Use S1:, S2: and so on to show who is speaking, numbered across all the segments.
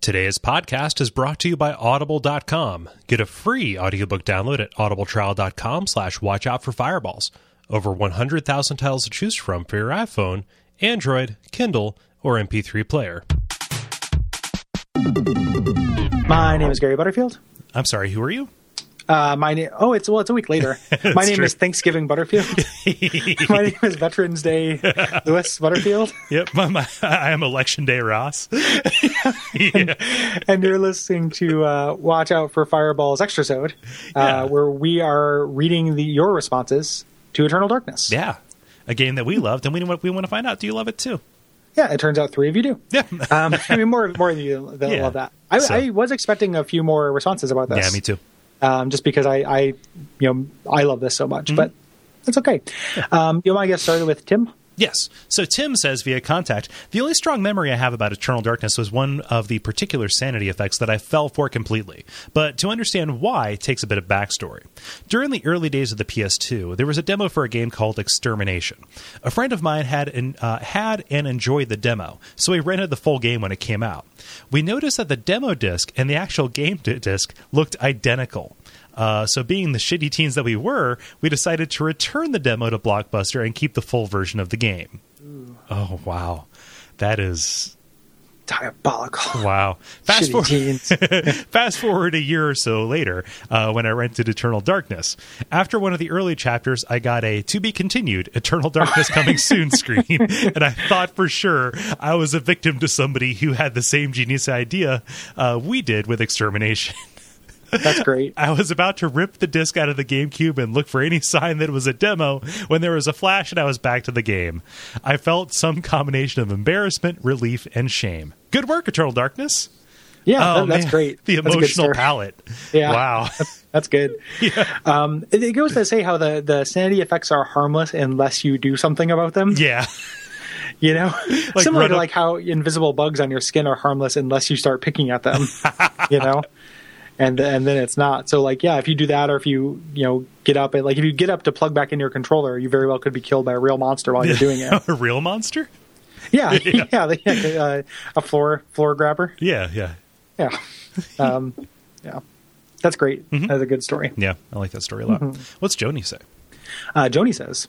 S1: Today's podcast is brought to you by Audible.com. Get a free audiobook download at audibletrial.com slash watch out for fireballs. Over 100,000 titles to choose from for your iPhone, Android, Kindle, or MP3 player.
S2: My name is Gary Butterfield.
S1: I'm sorry, who are you?
S2: Uh, my name. Oh, it's well, it's a week later. my name
S1: true.
S2: is Thanksgiving Butterfield. my name is Veterans Day Lewis Butterfield,
S1: Yep, my, my, I am Election Day Ross.
S2: and you're listening to uh, Watch Out for Fireballs Extra Sode, uh,
S1: Yeah.
S2: where we are reading the your responses to Eternal Darkness.
S1: Yeah, a game that we loved, and we want, we want to find out, do you love it too?
S2: Yeah, it turns out three of you do.
S1: Yeah.
S2: Um, I mean, more more of you that
S1: Yeah.
S2: love that. I,
S1: So-
S2: I was expecting a few more responses about this.
S1: Yeah, me too.
S2: um, just because I, I, you know, I love this so much.
S1: Mm-hmm.
S2: But it's okay. Um, you want to get started with Tim?
S1: Yes. So Tim says via contact, the only strong memory I have about Eternal Darkness was one of the particular sanity effects that I fell for completely. But to understand why takes a bit of backstory. During the early days of the PS2, there was a demo for a game called Extermination. A friend of mine had an, uh, had and enjoyed the demo, so he rented the full game when it came out. We noticed that the demo disc and the actual game di- disc looked identical. Uh, so, being the shitty teens that we were, we decided to return the demo to Blockbuster and keep the full version of the game. Oh, wow. That is.
S2: Diabolical.
S1: Wow. Fast
S2: Shitty
S1: forward.
S2: teens.
S1: Fast forward a year or so later, uh, when I rented Eternal Darkness. After one of the early chapters, I got a "To be continued: Eternal Darkness coming soon" screen, and I thought for sure I was a victim to somebody who had the same genius idea uh, we did with extermination.
S2: That's great.
S1: I was about to rip the disc out of the GameCube and look for any sign that it was a demo when there was a flash and I was back to the game. I felt some combination of embarrassment, relief, and shame. Good work, Eternal Darkness.
S2: Yeah, that- that's
S1: Oh, man.
S2: great.
S1: The
S2: That's a good
S1: emotional
S2: story.
S1: palette.
S2: Yeah.
S1: Wow.
S2: That's good. Um, it, it goes to say how the, the sanity effects are harmless unless you do something about them.
S1: yeah.
S2: You know,
S1: Like
S2: similar
S1: run
S2: to
S1: up-
S2: like how invisible bugs on your skin are harmless unless you start picking at them. you know, and and then it's not. So like, yeah, if you do that, or if you you know get up and like if you get up to plug back in your controller, you very well could be killed by a real monster while you're doing it.
S1: a real monster?
S2: Yeah, yeah, the- yeah, uh, a floor floor grabber.
S1: Yeah, yeah.
S2: Yeah, um, yeah, that's great. That's a good story.
S1: Yeah, I like that story a lot.
S2: Mm-hmm.
S1: What's Joni say?
S2: Uh, Joni says,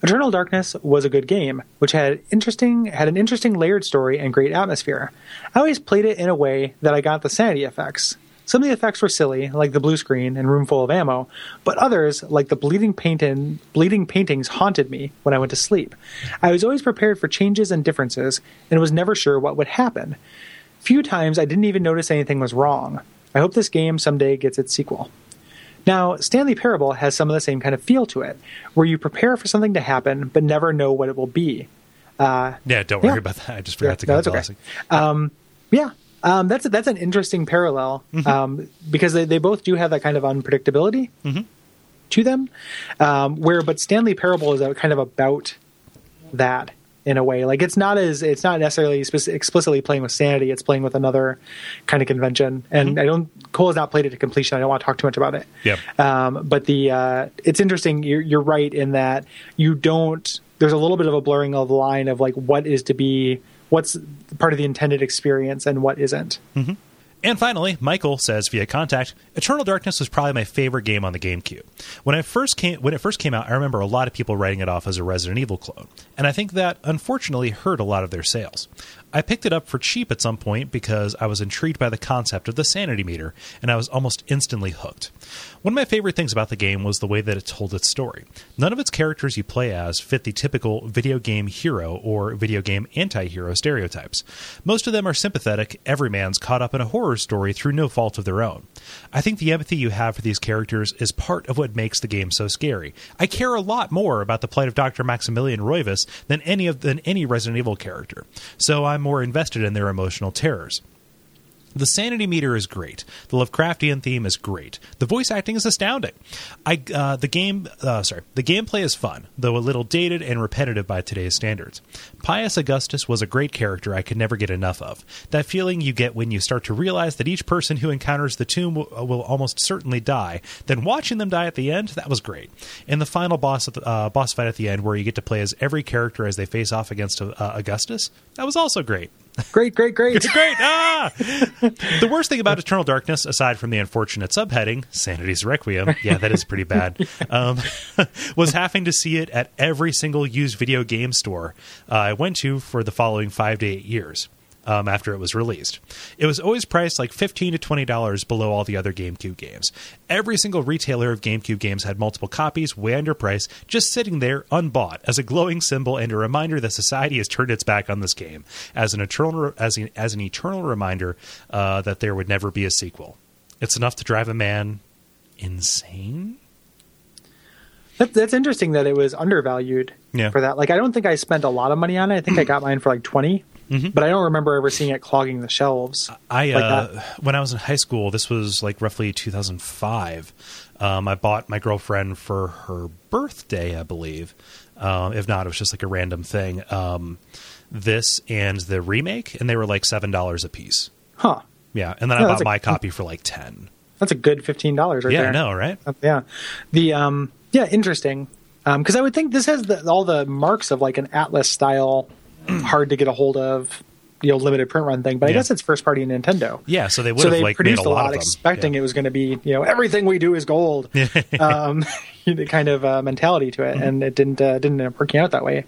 S2: "Eternal Darkness was a good game, which had interesting had an interesting layered story and great atmosphere. I always played it in a way that I got the sanity effects. Some of the effects were silly, like the blue screen and room full of ammo, but others, like the bleeding paint and bleeding paintings, haunted me when I went to sleep. I was always prepared for changes and differences, and was never sure what would happen. Few times I didn't even notice anything was wrong. I hope this game someday gets its sequel." Now, Stanley Parable has some of the same kind of feel to it, where you prepare for something to happen but never know what it will be.
S1: Yeah, don't worry
S2: Yeah.
S1: about that. I just forgot
S2: Yeah,
S1: to
S2: no,
S1: go
S2: that's okay.
S1: glossy.
S2: Yeah, um, that's that's an interesting parallel um, because they, they both do have that kind of unpredictability to them. Um, where, but Stanley Parable is a, kind of about that in a way. Like it's not as it's not necessarily spec- explicitly playing with sanity. It's playing with another kind of convention. And I don't Cole has not played it to completion. I don't want to talk too much about it.
S1: Yep.
S2: Um, but the uh, it's interesting. You're, you're right in that you don't. There's a little bit of a blurring of the line of like what is to be, what's part of the intended experience and what isn't.
S1: And finally, Michael says via contact, Eternal Darkness was probably my favorite game on the GameCube. When I first came when it first came out, I remember a lot of people writing it off as a Resident Evil clone, and I think that unfortunately hurt a lot of their sales. I picked it up for cheap at some point because I was intrigued by the concept of the sanity meter, and I was almost instantly hooked. One of my favorite things about the game was the way that it told its story. None of its characters you play as fit the typical video game hero or video game anti hero stereotypes. Most of them are sympathetic, everyman's caught up in a horror story through no fault of their own. I think the empathy you have for these characters is part of what makes the game so scary. I care a lot more about the plight of Dr. Maximilian Roivas than any of than any Resident Evil character, so I'm more invested in their emotional terrors. The sanity meter is great. The Lovecraftian theme is great. The voice acting is astounding. I uh, the game uh, sorry the gameplay is fun, though a little dated and repetitive by today's standards. Pius Augustus was a great character I could never get enough of. That feeling you get when you start to realize that each person who encounters the tomb will, will almost certainly die. Then watching them die at the end that was great. And the final boss at the, uh, boss fight at the end where you get to play as every character as they face off against uh, Augustus that was also great.
S2: Great, great, great.
S1: It's great. Ah! the worst thing about Eternal Darkness, aside from the unfortunate subheading, Sanity's Requiem, yeah, that is pretty bad, um, was having to see it at every single used video game store uh, I went to for the following five to eight years. Um, after it was released, it was always priced like fifteen to twenty dollars below all the other GameCube games. Every single retailer of GameCube games had multiple copies, way underpriced, just sitting there unbought as a glowing symbol and a reminder that society has turned its back on this game as an eternal as an, as an eternal reminder uh, that there would never be a sequel. It's enough to drive a man insane.
S2: That, that's interesting that it was undervalued
S1: Yeah.
S2: for that. Like, I don't think I spent a lot of money on it. I think I got mine for like 20 but I don't remember ever seeing it clogging the shelves.
S1: Mm-hmm. I
S2: like
S1: uh, when I was in high school, this was like roughly 2005. Um, I bought my girlfriend for her birthday, I believe. Um, if not, it was just like a random thing. Um, this and the remake, and they were like seven dollars a piece.
S2: Huh?
S1: Yeah, and then
S2: Yeah,
S1: I
S2: that's
S1: bought
S2: a-
S1: my copy for like ten.
S2: That's a good fifteen dollars right
S1: yeah,
S2: there.
S1: I know, right?
S2: Uh, yeah the um yeah interesting um because i would think this has the, all the marks of like an atlas style hard to get a hold of you know limited print run thing but i
S1: Yeah.
S2: guess it's first party nintendo
S1: Yeah, so they would
S2: so
S1: have
S2: they
S1: like
S2: produced
S1: made a lot, of them.
S2: expecting it was going to be you know everything we do is gold um the kind of uh, mentality to it
S1: Mm-hmm.
S2: and it didn't uh, didn't end up working out that way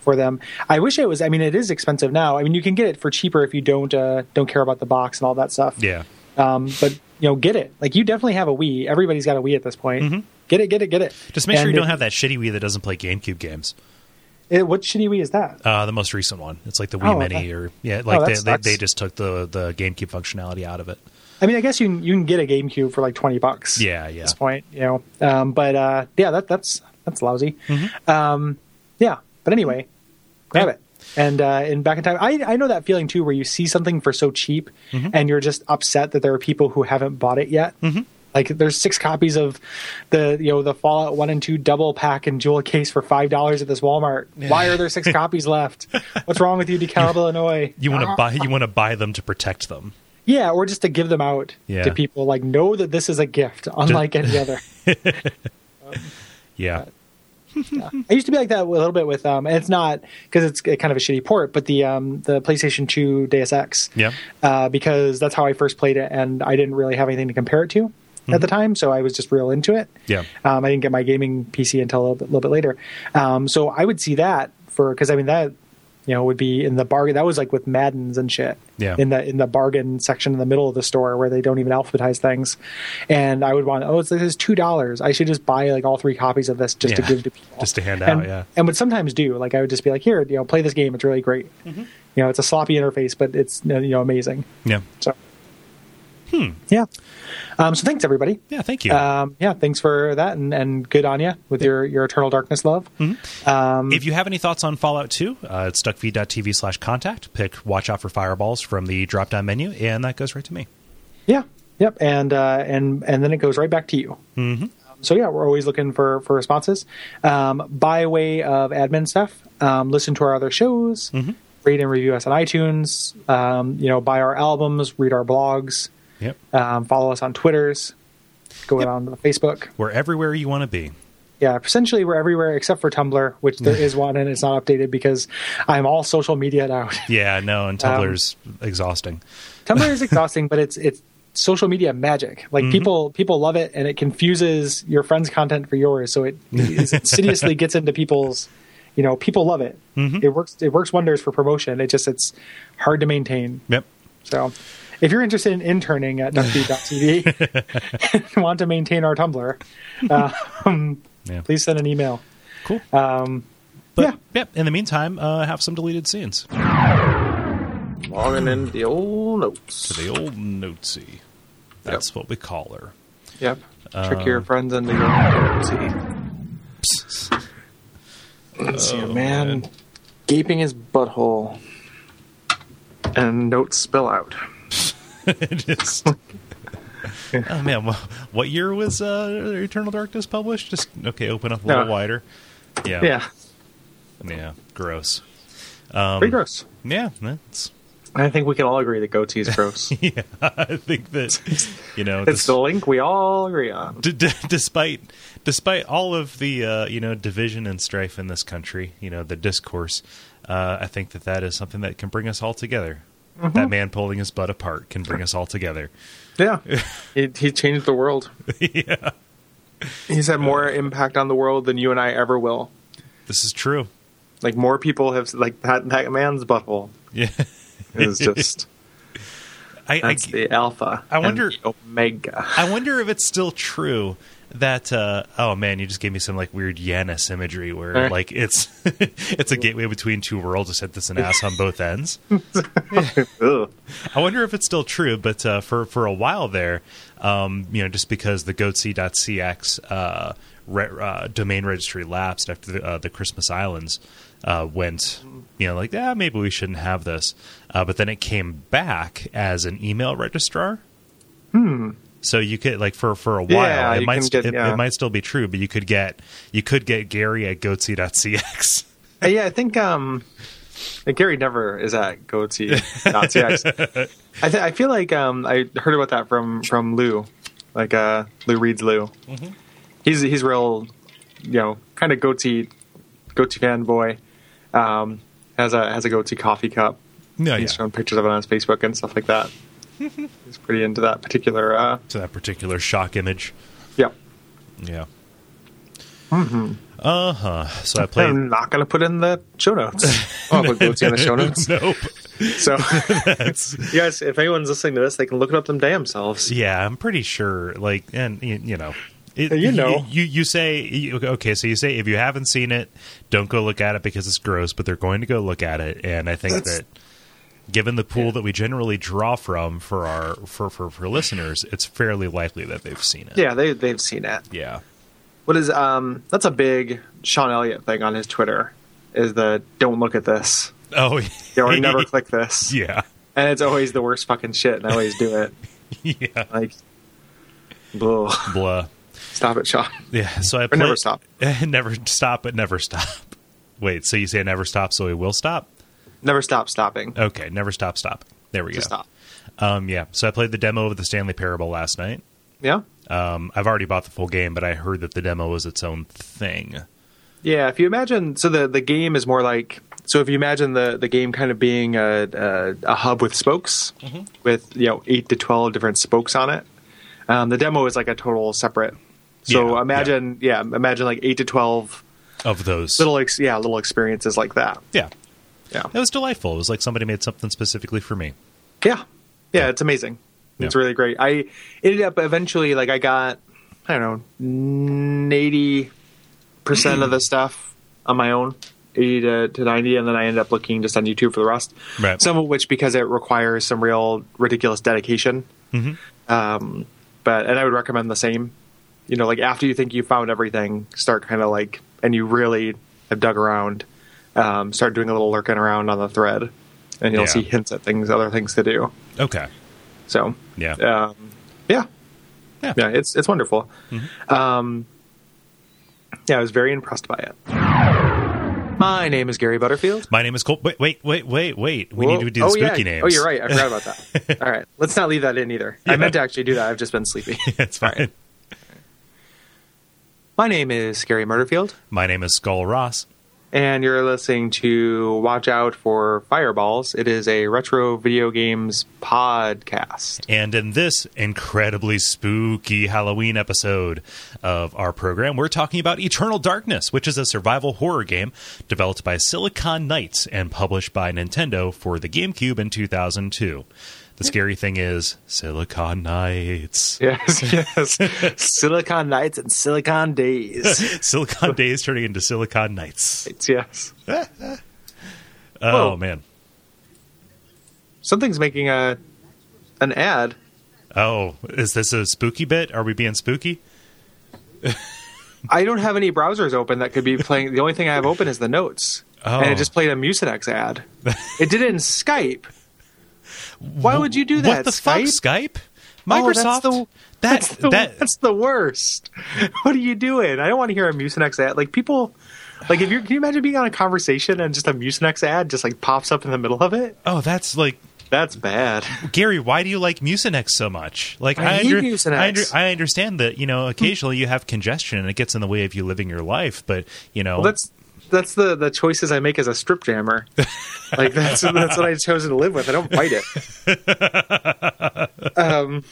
S2: for them i wish it was i mean it is expensive now i mean you can get it for cheaper if you don't uh don't care about the box and all that stuff
S1: Yeah. yeah.
S2: um, but you know, get it. Like you definitely have a Wii. Everybody's got a Wii at this point. Get it, get it, get it.
S1: Mm-hmm. Just make sure
S2: And
S1: you don't
S2: it-
S1: have that shitty Wii that doesn't play GameCube games.
S2: it- what shitty Wii is that?
S1: Uh, the most recent one. It's like the Wii
S2: Oh,
S1: Mini,
S2: okay.
S1: or yeah, like
S2: that
S1: they, they
S2: sucks.
S1: they just took the the GameCube functionality out of it.
S2: I mean, I guess you can, you can get a GameCube for like twenty bucks.
S1: Yeah,
S2: At
S1: yeah.
S2: this point, you know. Um, but uh, yeah, that that's that's lousy. Um, yeah, but anyway,
S1: Mm-hmm.
S2: grab
S1: Yeah.
S2: it. And uh, and back in time, I I know that feeling too, where you see something for so cheap,
S1: Mm-hmm.
S2: and you're just upset that there are people who haven't bought it yet. Like there's six copies of the you know the Fallout One and Two double pack and jewel case for five dollars at this Walmart. Why are there six copies left? What's wrong with you, DeKalb, Illinois?
S1: You want to buy you want to buy them to protect them.
S2: Yeah, or just to give them out
S1: Yeah.
S2: to people. Like, know that this is a gift, unlike any other.
S1: Yeah.
S2: I used to be like that a little bit with, um, and it's not because it's kind of a shitty port, but the um, the PlayStation Two Deus Ex.
S1: Yeah.
S2: Uh, because that's how I first played it, and I didn't really have anything to compare it to
S1: Mm-hmm.
S2: at the time, so I was just real into it.
S1: Yeah.
S2: Um, I didn't get my gaming PC until a little bit, little bit later. Um, so I would see that for because I mean that you know would be in the bargain. That was like with Madden's and shit.
S1: Yeah.
S2: In the in the bargain section in the middle of the store where they don't even alphabetize things, and I would want oh it's, this is two dollars. I should just buy like all three copies of this just to
S1: Yeah.
S2: give to people,
S1: Just to hand
S2: And-
S1: out, yeah.
S2: And would sometimes do like I would just be like here you know play this game. It's really great. You know it's a sloppy interface, but it's you know amazing.
S1: Yeah.
S2: So.
S1: Hmm.
S2: Yeah. Um, so thanks everybody
S1: Yeah. Thank you.
S2: um, yeah, thanks for that, and, and good on you with your, your Eternal Darkness love. Um,
S1: if you have any thoughts on Fallout 2, uh, it's duckfeed.tv slash contact. Pick Watch Out for Fireballs from the drop down menu, and that goes right to me.
S2: yeah, yep, and uh, and and then it goes right back to you. Mm-hmm. So yeah, we're always looking for for responses. Um, by way of admin stuff, um, listen to our other shows, rate and review us on iTunes. Um, you know, buy our albums, read our blogs,
S1: Yep.
S2: um, follow us on Twitters, go on to Facebook.
S1: We're everywhere you want to be.
S2: Yeah, essentially we're everywhere except for Tumblr, which there is one and it's not updated because I'm all social media out.
S1: Yeah. No, and
S2: Um,
S1: Tumblr's exhausting.
S2: Tumblr is exhausting, but it's it's social media magic. Like people people love it, and it confuses your friends' content for yours. So it is insidiously gets into people's. You know, people love it. It works. It works wonders for promotion. It just it's hard to maintain.
S1: Yep.
S2: So, if you're interested in interning at duckfeed.tv and want to maintain our Tumblr, um,
S1: Yeah.
S2: please send an email.
S1: Cool.
S2: Um, yeah.
S1: But, yep. In the meantime, uh, have some deleted scenes.
S3: Logging in the old notes.
S1: The old notesy. That's what we call her.
S3: Yep. Trick your friends into your notes. Let's see a man gaping his butthole. And notes spill out.
S1: Just- oh man, wha- what year was uh, Eternal Darkness published? Just okay, open up a little
S3: No.
S1: wider. Yeah,
S3: Uh, Yeah.
S1: yeah, gross.
S2: Pretty gross.
S1: Yeah, that's
S3: I think we can all agree that goatee's gross.
S1: yeah. I think that you know,
S3: it's
S1: des-
S3: the link we all agree on.
S1: d- d- despite despite all of the uh, you know division and strife in this country, you know the discourse. Uh, I think that that is something that can bring us all together.
S3: Mm-hmm.
S1: That man pulling his butt apart can bring us all together.
S2: Yeah.
S3: He, he changed the world.
S1: yeah,
S3: He's had more impact on the world than you and I ever will.
S1: this is true.
S3: Like more people have like that. That man's butthole
S1: Yeah,
S3: is just
S1: I, I,
S3: that's the alpha.
S1: I
S3: and
S1: wonder-
S3: the omega.
S1: I wonder if it's still true that uh, oh man, you just gave me some like weird Yanis imagery where
S3: Right.
S1: like it's it's a gateway between two worlds. Just had this an ass on both ends.
S3: Ugh.
S1: I wonder if it's still true, but uh, for for a while there, um, you know, just because the goatsea.cx uh, re- uh, domain registry lapsed after the, uh, the Christmas Islands uh, went, you know, like yeah, maybe we shouldn't have this, uh, but then it came back as an email registrar. Hmm. So you could like for for a while
S3: Yeah,
S1: it
S3: you
S1: might
S3: can
S1: st-
S3: get-
S1: it,
S3: yeah.
S1: it might still be true, but you could get you could get Gary at goatsea.cx.
S3: Uh, yeah, I think um, like, Gary never is at goatee.cx. I, th- I feel like um, I heard about that from from Lou, like uh, Lou reads Lou. He's he's real, you know, kind of goatee goatee fanboy. Um, has a has a goatee coffee cup.
S1: no, Oh, yeah,
S3: He's shown pictures of it on his Facebook and stuff like that. he's pretty into that particular. Uh,
S1: to that particular shock image.
S3: yeah,
S1: Yeah.
S3: Mm-hmm.
S1: Uh huh. So I played.
S3: I'm not gonna put in the show notes. I'll put goatee in the show notes.
S1: nope.
S3: So.
S1: That's,
S3: Yes, if anyone's listening to this, they can look it up them damn selves.
S1: yeah, I'm pretty sure. Like, and you, you know, it,
S3: You know.
S1: you you say you, okay. So you say if you haven't seen it, don't go look at it because it's gross. But they're going to go look at it, and I think
S3: That's-
S1: that given the pool that we generally draw from for our for, for for listeners, it's fairly likely that they've seen it.
S3: Yeah, they they've seen it.
S1: Yeah.
S3: What is um? That's a big Sean Elliott thing on his Twitter. Is the don't look at this
S1: Oh.
S3: or never click this,
S1: Yeah.
S3: and it's always the worst fucking shit, and I always do it.
S1: Yeah.
S3: Like, blah.
S1: Blah.
S3: Stop it, Sean.
S1: Yeah, so I
S3: Or
S1: play,
S3: never stop.
S1: never stop, but never stop. Wait, so you say never stop, so we will stop.
S3: Never stop stopping.
S1: Okay, never stop, stop. There we go.
S3: Just stop.
S1: Um, yeah. So I played the demo of the Stanley Parable last night.
S3: Yeah,
S1: Um, I've already bought the full game, but I heard that the demo was its own thing.
S3: yeah. If you imagine, so the the game is more like. So if you imagine the, the game kind of being a, a, a hub with spokes,
S1: Mm-hmm.
S3: with you know eight to twelve different spokes on it, um, the demo is like a total separate. So
S1: Yeah, yeah.
S3: imagine, yeah, imagine like eight to twelve
S1: Of those,
S3: little ex- yeah little experiences like that
S1: yeah,
S3: yeah
S1: it was delightful. It was like somebody made something specifically for me.
S3: yeah yeah it's amazing it's
S1: Yeah.
S3: really great i ended up eventually like i got i don't know 80 percent of the stuff on my own 80 to, to 90 and then i ended up looking just on youtube for the rest
S1: Right.
S3: some of which because it requires some real ridiculous dedication
S1: hmm
S3: um but and i would recommend the same you know like after you think you found everything start kind of like and you really have dug around um start doing a little lurking around on the thread and you'll
S1: Yeah.
S3: see hints at things other things to do
S1: Okay.
S3: so
S1: Yeah.
S3: um yeah
S1: Yeah.
S3: yeah it's it's wonderful um yeah i was very impressed by it my name is gary butterfield
S1: My name is Cole. Wait, wait, wait, wait, wait. We
S3: Whoa.
S1: need to do the
S3: oh,
S1: spooky
S3: yeah.
S1: names.
S3: Oh, you're right. I forgot about that. All right. Let's not leave that in either. I
S1: Yeah.
S3: meant to actually do that. I've just been sleepy.
S1: it's fine.
S3: My name is Gary Murderfield,
S1: My name is Skull Ross.
S3: and you're listening to Watch Out for Fireballs. It is a retro video games podcast.
S1: And in this incredibly spooky Halloween episode of our program, we're talking about Eternal Darkness, which is a survival horror game developed by Silicon Knights and published by Nintendo for the GameCube in 2002. The scary thing is Silicon Knights.
S3: Yes, yes. Silicon Nights and Silicon Days.
S1: Silicon Days turning into Silicon Knights.
S3: It's- yes.
S1: Oh,
S3: Whoa.
S1: man.
S3: Something's making a an ad.
S1: Oh, is this a spooky bit? Are we being spooky?
S3: I don't have any browsers open that could be playing. The only thing I have open is the notes, and
S1: Oh.
S3: it just played a Mucinex ad. It did it in Skype. Why would you do that?
S1: What the fuck,
S3: Skype?
S1: Skype?
S3: Oh, that's
S1: Microsoft?
S3: the-
S1: that,
S3: That's the,
S1: that,
S3: that's the worst. What are you doing? I don't want to hear a Mucinex ad. Like people, like if you can you imagine being on a conversation and just a Mucinex ad just like pops up in the middle of it?
S1: oh, that's like
S3: That's bad.
S1: Gary, why do you like Mucinex so much? Like
S3: I
S1: I,
S3: hate
S1: under-
S3: Mucinex.
S1: I, under- I understand that you know occasionally you have congestion and it gets in the way of you living your life, but you know
S3: Well, that's
S2: that's the the choices I make as a strip jammer. like that's that's what I chose to live with. I don't fight it. um,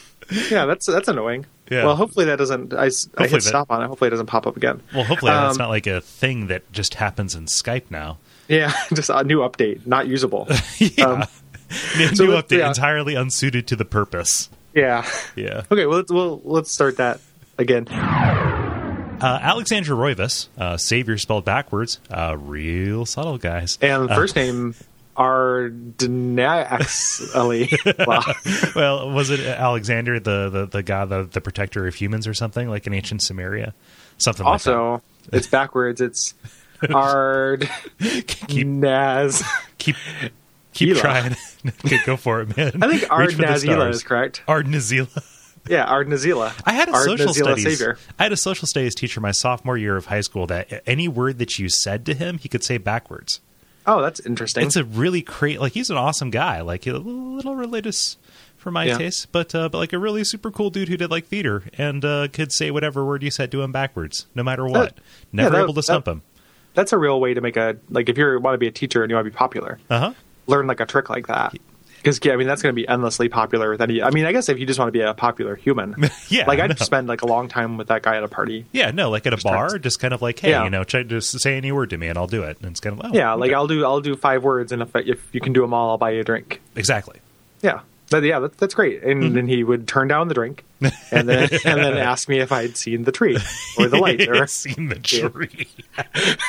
S2: yeah, that's that's annoying.
S1: Yeah.
S2: Well, hopefully that doesn't. I, s- I
S1: Hopefully
S2: hit
S1: that-
S2: stop on it. Hopefully it doesn't pop up again.
S1: Well, hopefully that's
S2: Um,
S1: not like a thing that just happens in Skype now.
S2: Yeah, just a new update, not usable.
S1: yeah.
S2: Um,
S1: New
S2: so let's-
S1: update
S2: yeah.
S1: entirely unsuited to the purpose.
S2: yeah.
S1: Yeah.
S2: Okay. Well, let's, well, let's start that again.
S1: Uh, Alexandra Roivas, uh, savior spelled backwards, uh, real subtle guys.
S2: And first name Ardnaxley. E. Wow.
S1: well, was it Alexander, the the, the god, the, the protector of humans, or something like in ancient Samaria, something like
S2: Also, it's backwards. It's Ard
S1: that. keep
S2: Naz.
S1: keep keep
S2: Ela.
S1: trying. Okay, go for it, man.
S2: I think
S1: Reach for the
S2: Ardnazila
S1: stars.
S2: is correct.
S1: Ardnazila.
S2: Yeah, Ardnazila.
S1: I had a social
S2: Ardnazila
S1: studies.
S2: Savior.
S1: I had a social studies teacher my sophomore year of high school that any word that you said to him, he could say backwards.
S2: Oh, that's interesting.
S1: It's a really great. Like he's an awesome guy. Like he's a little religious for my
S2: Yeah.
S1: taste, but uh, but like a really super cool dude who did like theater and uh, could say whatever word you said to him backwards, no matter what. Never
S2: that-
S1: able to
S2: that-
S1: stump him.
S2: that's a real way to make a like if you want to be a teacher and you want to be popular,
S1: Uh huh.
S2: learn like a trick like that. Because yeah, I mean that's going to be endlessly popular with any. I mean, I guess if you just want to be a popular human,
S1: Yeah,
S2: like I'd
S1: no.
S2: spend like a long time with that guy at a party.
S1: Yeah, no, like at a
S2: trying to-
S1: bar, just kind of like, hey,
S2: Yeah.
S1: you know, try, just say any word to me and I'll do it. And it's kind of oh,
S2: Yeah, like
S1: okay.
S2: I'll do I'll do five words, and if I, if you can do them all, I'll buy you a drink.
S1: exactly.
S2: Yeah, but yeah, that, that's great. And
S1: Mm-hmm.
S2: then he would turn down the drink, and then and then ask me if I'd seen the tree or the light or
S1: seen the
S2: Yeah.
S1: tree.
S2: or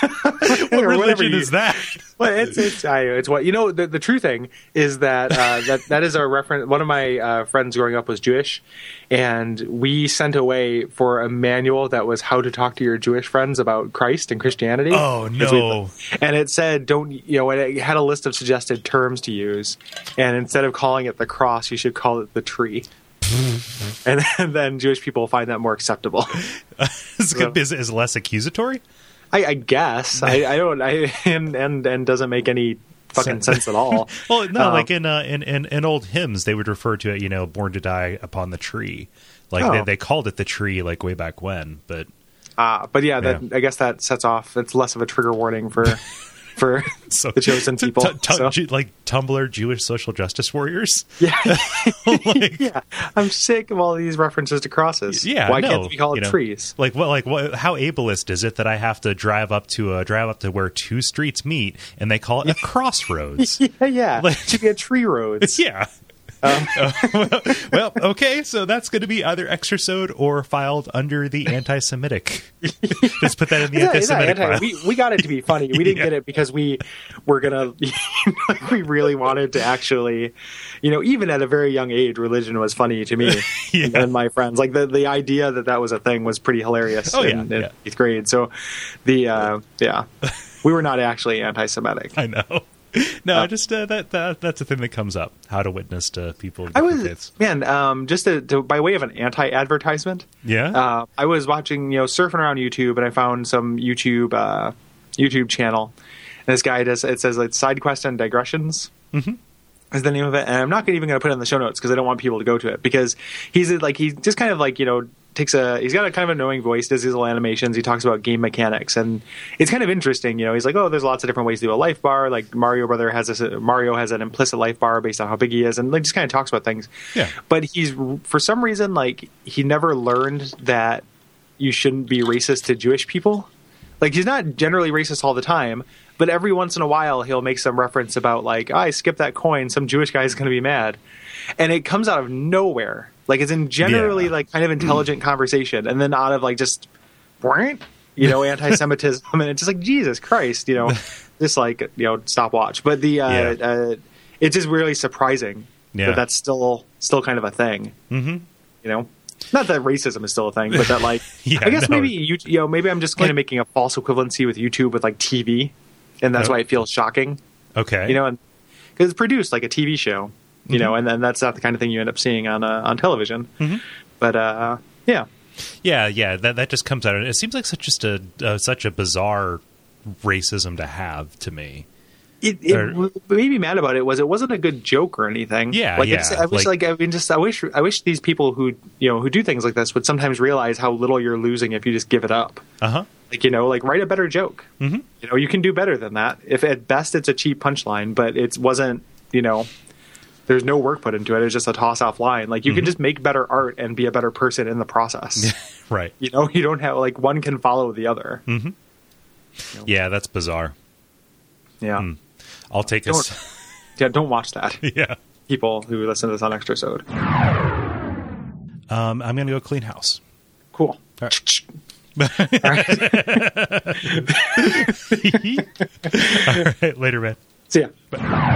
S1: what
S2: whatever
S1: religion
S2: you-
S1: is that?
S2: Well, it's it's I, it's what you know. The, the true thing is that uh, that that is our reference. One of my uh, friends growing up was Jewish, and we sent away for a manual that was how to talk to your Jewish friends about Christ and Christianity.
S1: Oh,
S2: 'Cause we-
S1: no.
S2: And it said don't you know? And it had a list of suggested terms to use, and instead of calling it the cross, you should call it the tree. and, then- then Jewish people find that more acceptable.
S1: Is, is, is less accusatory?
S2: I, I guess I, I don't. I and and and doesn't make any fucking
S1: Sense.
S2: sense at all.
S1: Well, no,
S2: Um,
S1: like in, uh, in in in old hymns, they would refer to it, you know, "born to die upon the tree." Like they,
S2: Oh.
S1: they called it the tree, like way back when. But
S2: Ah, but yeah, that,
S1: Yeah.
S2: I guess that sets off. It's less of a trigger warning for for
S1: so
S2: the chosen
S1: t-
S2: people.
S1: t- t-
S2: so,
S1: Ju- like Tumblr Jewish social justice warriors.
S2: yeah,
S1: like,
S2: yeah, I'm sick of all these references to crosses.
S1: yeah,
S2: why
S1: no,
S2: can't we call it
S1: you know,
S2: trees?
S1: Like what? Like what? How ableist is it that I have to drive up to uh, drive up to where two streets meet, and they call it a crossroads?
S2: Yeah, yeah,
S1: Like-
S2: should be a tree road.
S1: yeah.
S2: Um,
S1: Uh, well, okay, so that's going to be either extrasode or filed under the anti-Semitic. Let's put that in the
S2: Yeah, yeah,
S1: anti-Semitic
S2: anti-
S1: file.
S2: we, we got it to be funny. We didn't
S1: Yeah.
S2: get it because we were gonna. we really wanted to actually, you know, even at a very young age, religion was funny to me
S1: Yeah.
S2: and my friends. Like the the idea that that was a thing was pretty hilarious.
S1: Oh, yeah,
S2: in, in
S1: yeah.
S2: eighth grade. So, the uh, yeah, we were not actually anti-Semitic.
S1: I know. No, I just uh, that, that that's a thing that comes up. How to witness to people. of
S2: I
S1: different
S2: was
S1: faiths.
S2: man, um, just to, to, by way of an anti-advertisement.
S1: Yeah.
S2: Uh, I was watching, you know, surfing around YouTube, and I found some YouTube uh, YouTube channel. And this guy does it says like side quest and digressions. Is the name of it, and I'm not even going to put it in the show notes because I don't want people to go to it because he's like he just kind of like you know takes a he's got a kind of annoying voice, does his little animations, he talks about game mechanics, and it's kind of interesting. You know, he's like, oh, there's lots of different ways to do a life bar. Like Mario Brother has this Mario has an implicit life bar based on how big he is, and like just kind of talks about things
S1: Yeah.
S2: but he's for some reason like he never learned that you shouldn't be racist to Jewish people. Like he's not generally racist all the time, but every once in a while he'll make some reference about like "Oh, I skipped that coin, some Jewish guy's going to be mad, and it comes out of nowhere. Like it's in generally
S1: Yeah. Mm.
S2: like kind of intelligent conversation, and then out of like just weren't you know anti-Semitism, and it's just like Jesus Christ, you know, just like you know stopwatch. But the uh,
S1: Yeah.
S2: uh, it's just really surprising
S1: Yeah.
S2: that that's still still kind of a thing. Mm-hmm. You know, not that racism is still a thing, but that like
S1: Yeah,
S2: I guess
S1: no.
S2: maybe you, you know maybe I'm just kind
S1: Like-
S2: of making a false equivalency with YouTube with like TV, and that's
S1: Oh.
S2: why it feels shocking.
S1: okay.
S2: You know, and because it's produced like a TV show, you
S1: Mm-hmm.
S2: know, and then that's not the kind of thing you end up seeing on uh, on television. But uh, yeah,
S1: Yeah, yeah. That that just comes out. It seems like such just a uh, such a bizarre racism to have to me.
S2: it, it
S1: Or-
S2: what made me mad about it was it wasn't a good joke or anything.
S1: Yeah,
S2: like
S1: yeah,
S2: I, just, I wish,
S1: like-
S2: like, I mean, just I wish, I wish these people who you know who do things like this would sometimes realize how little you're losing if you just give it up.
S1: Uh huh.
S2: Like you know, like write a better joke.
S1: Mhm.
S2: You know, you can do better than that. If at best it's a cheap punchline, but it wasn't. You know, there's no work put into it. It's just a toss off line. Like you
S1: Mm-hmm.
S2: can just make better art and be a better person in the process.
S1: Right.
S2: you know, you don't have like one can follow the other.
S1: Mm-hmm. Yeah, that's bizarre.
S2: Yeah,
S1: I'll take a.
S2: Don't-
S1: s-
S2: yeah. Don't watch that.
S1: yeah.
S2: People who listen to this on extra episode.
S1: Um, I'm going to go clean house.
S2: Cool.
S1: All right. All right. Later, man.
S2: See ya.
S1: Bye.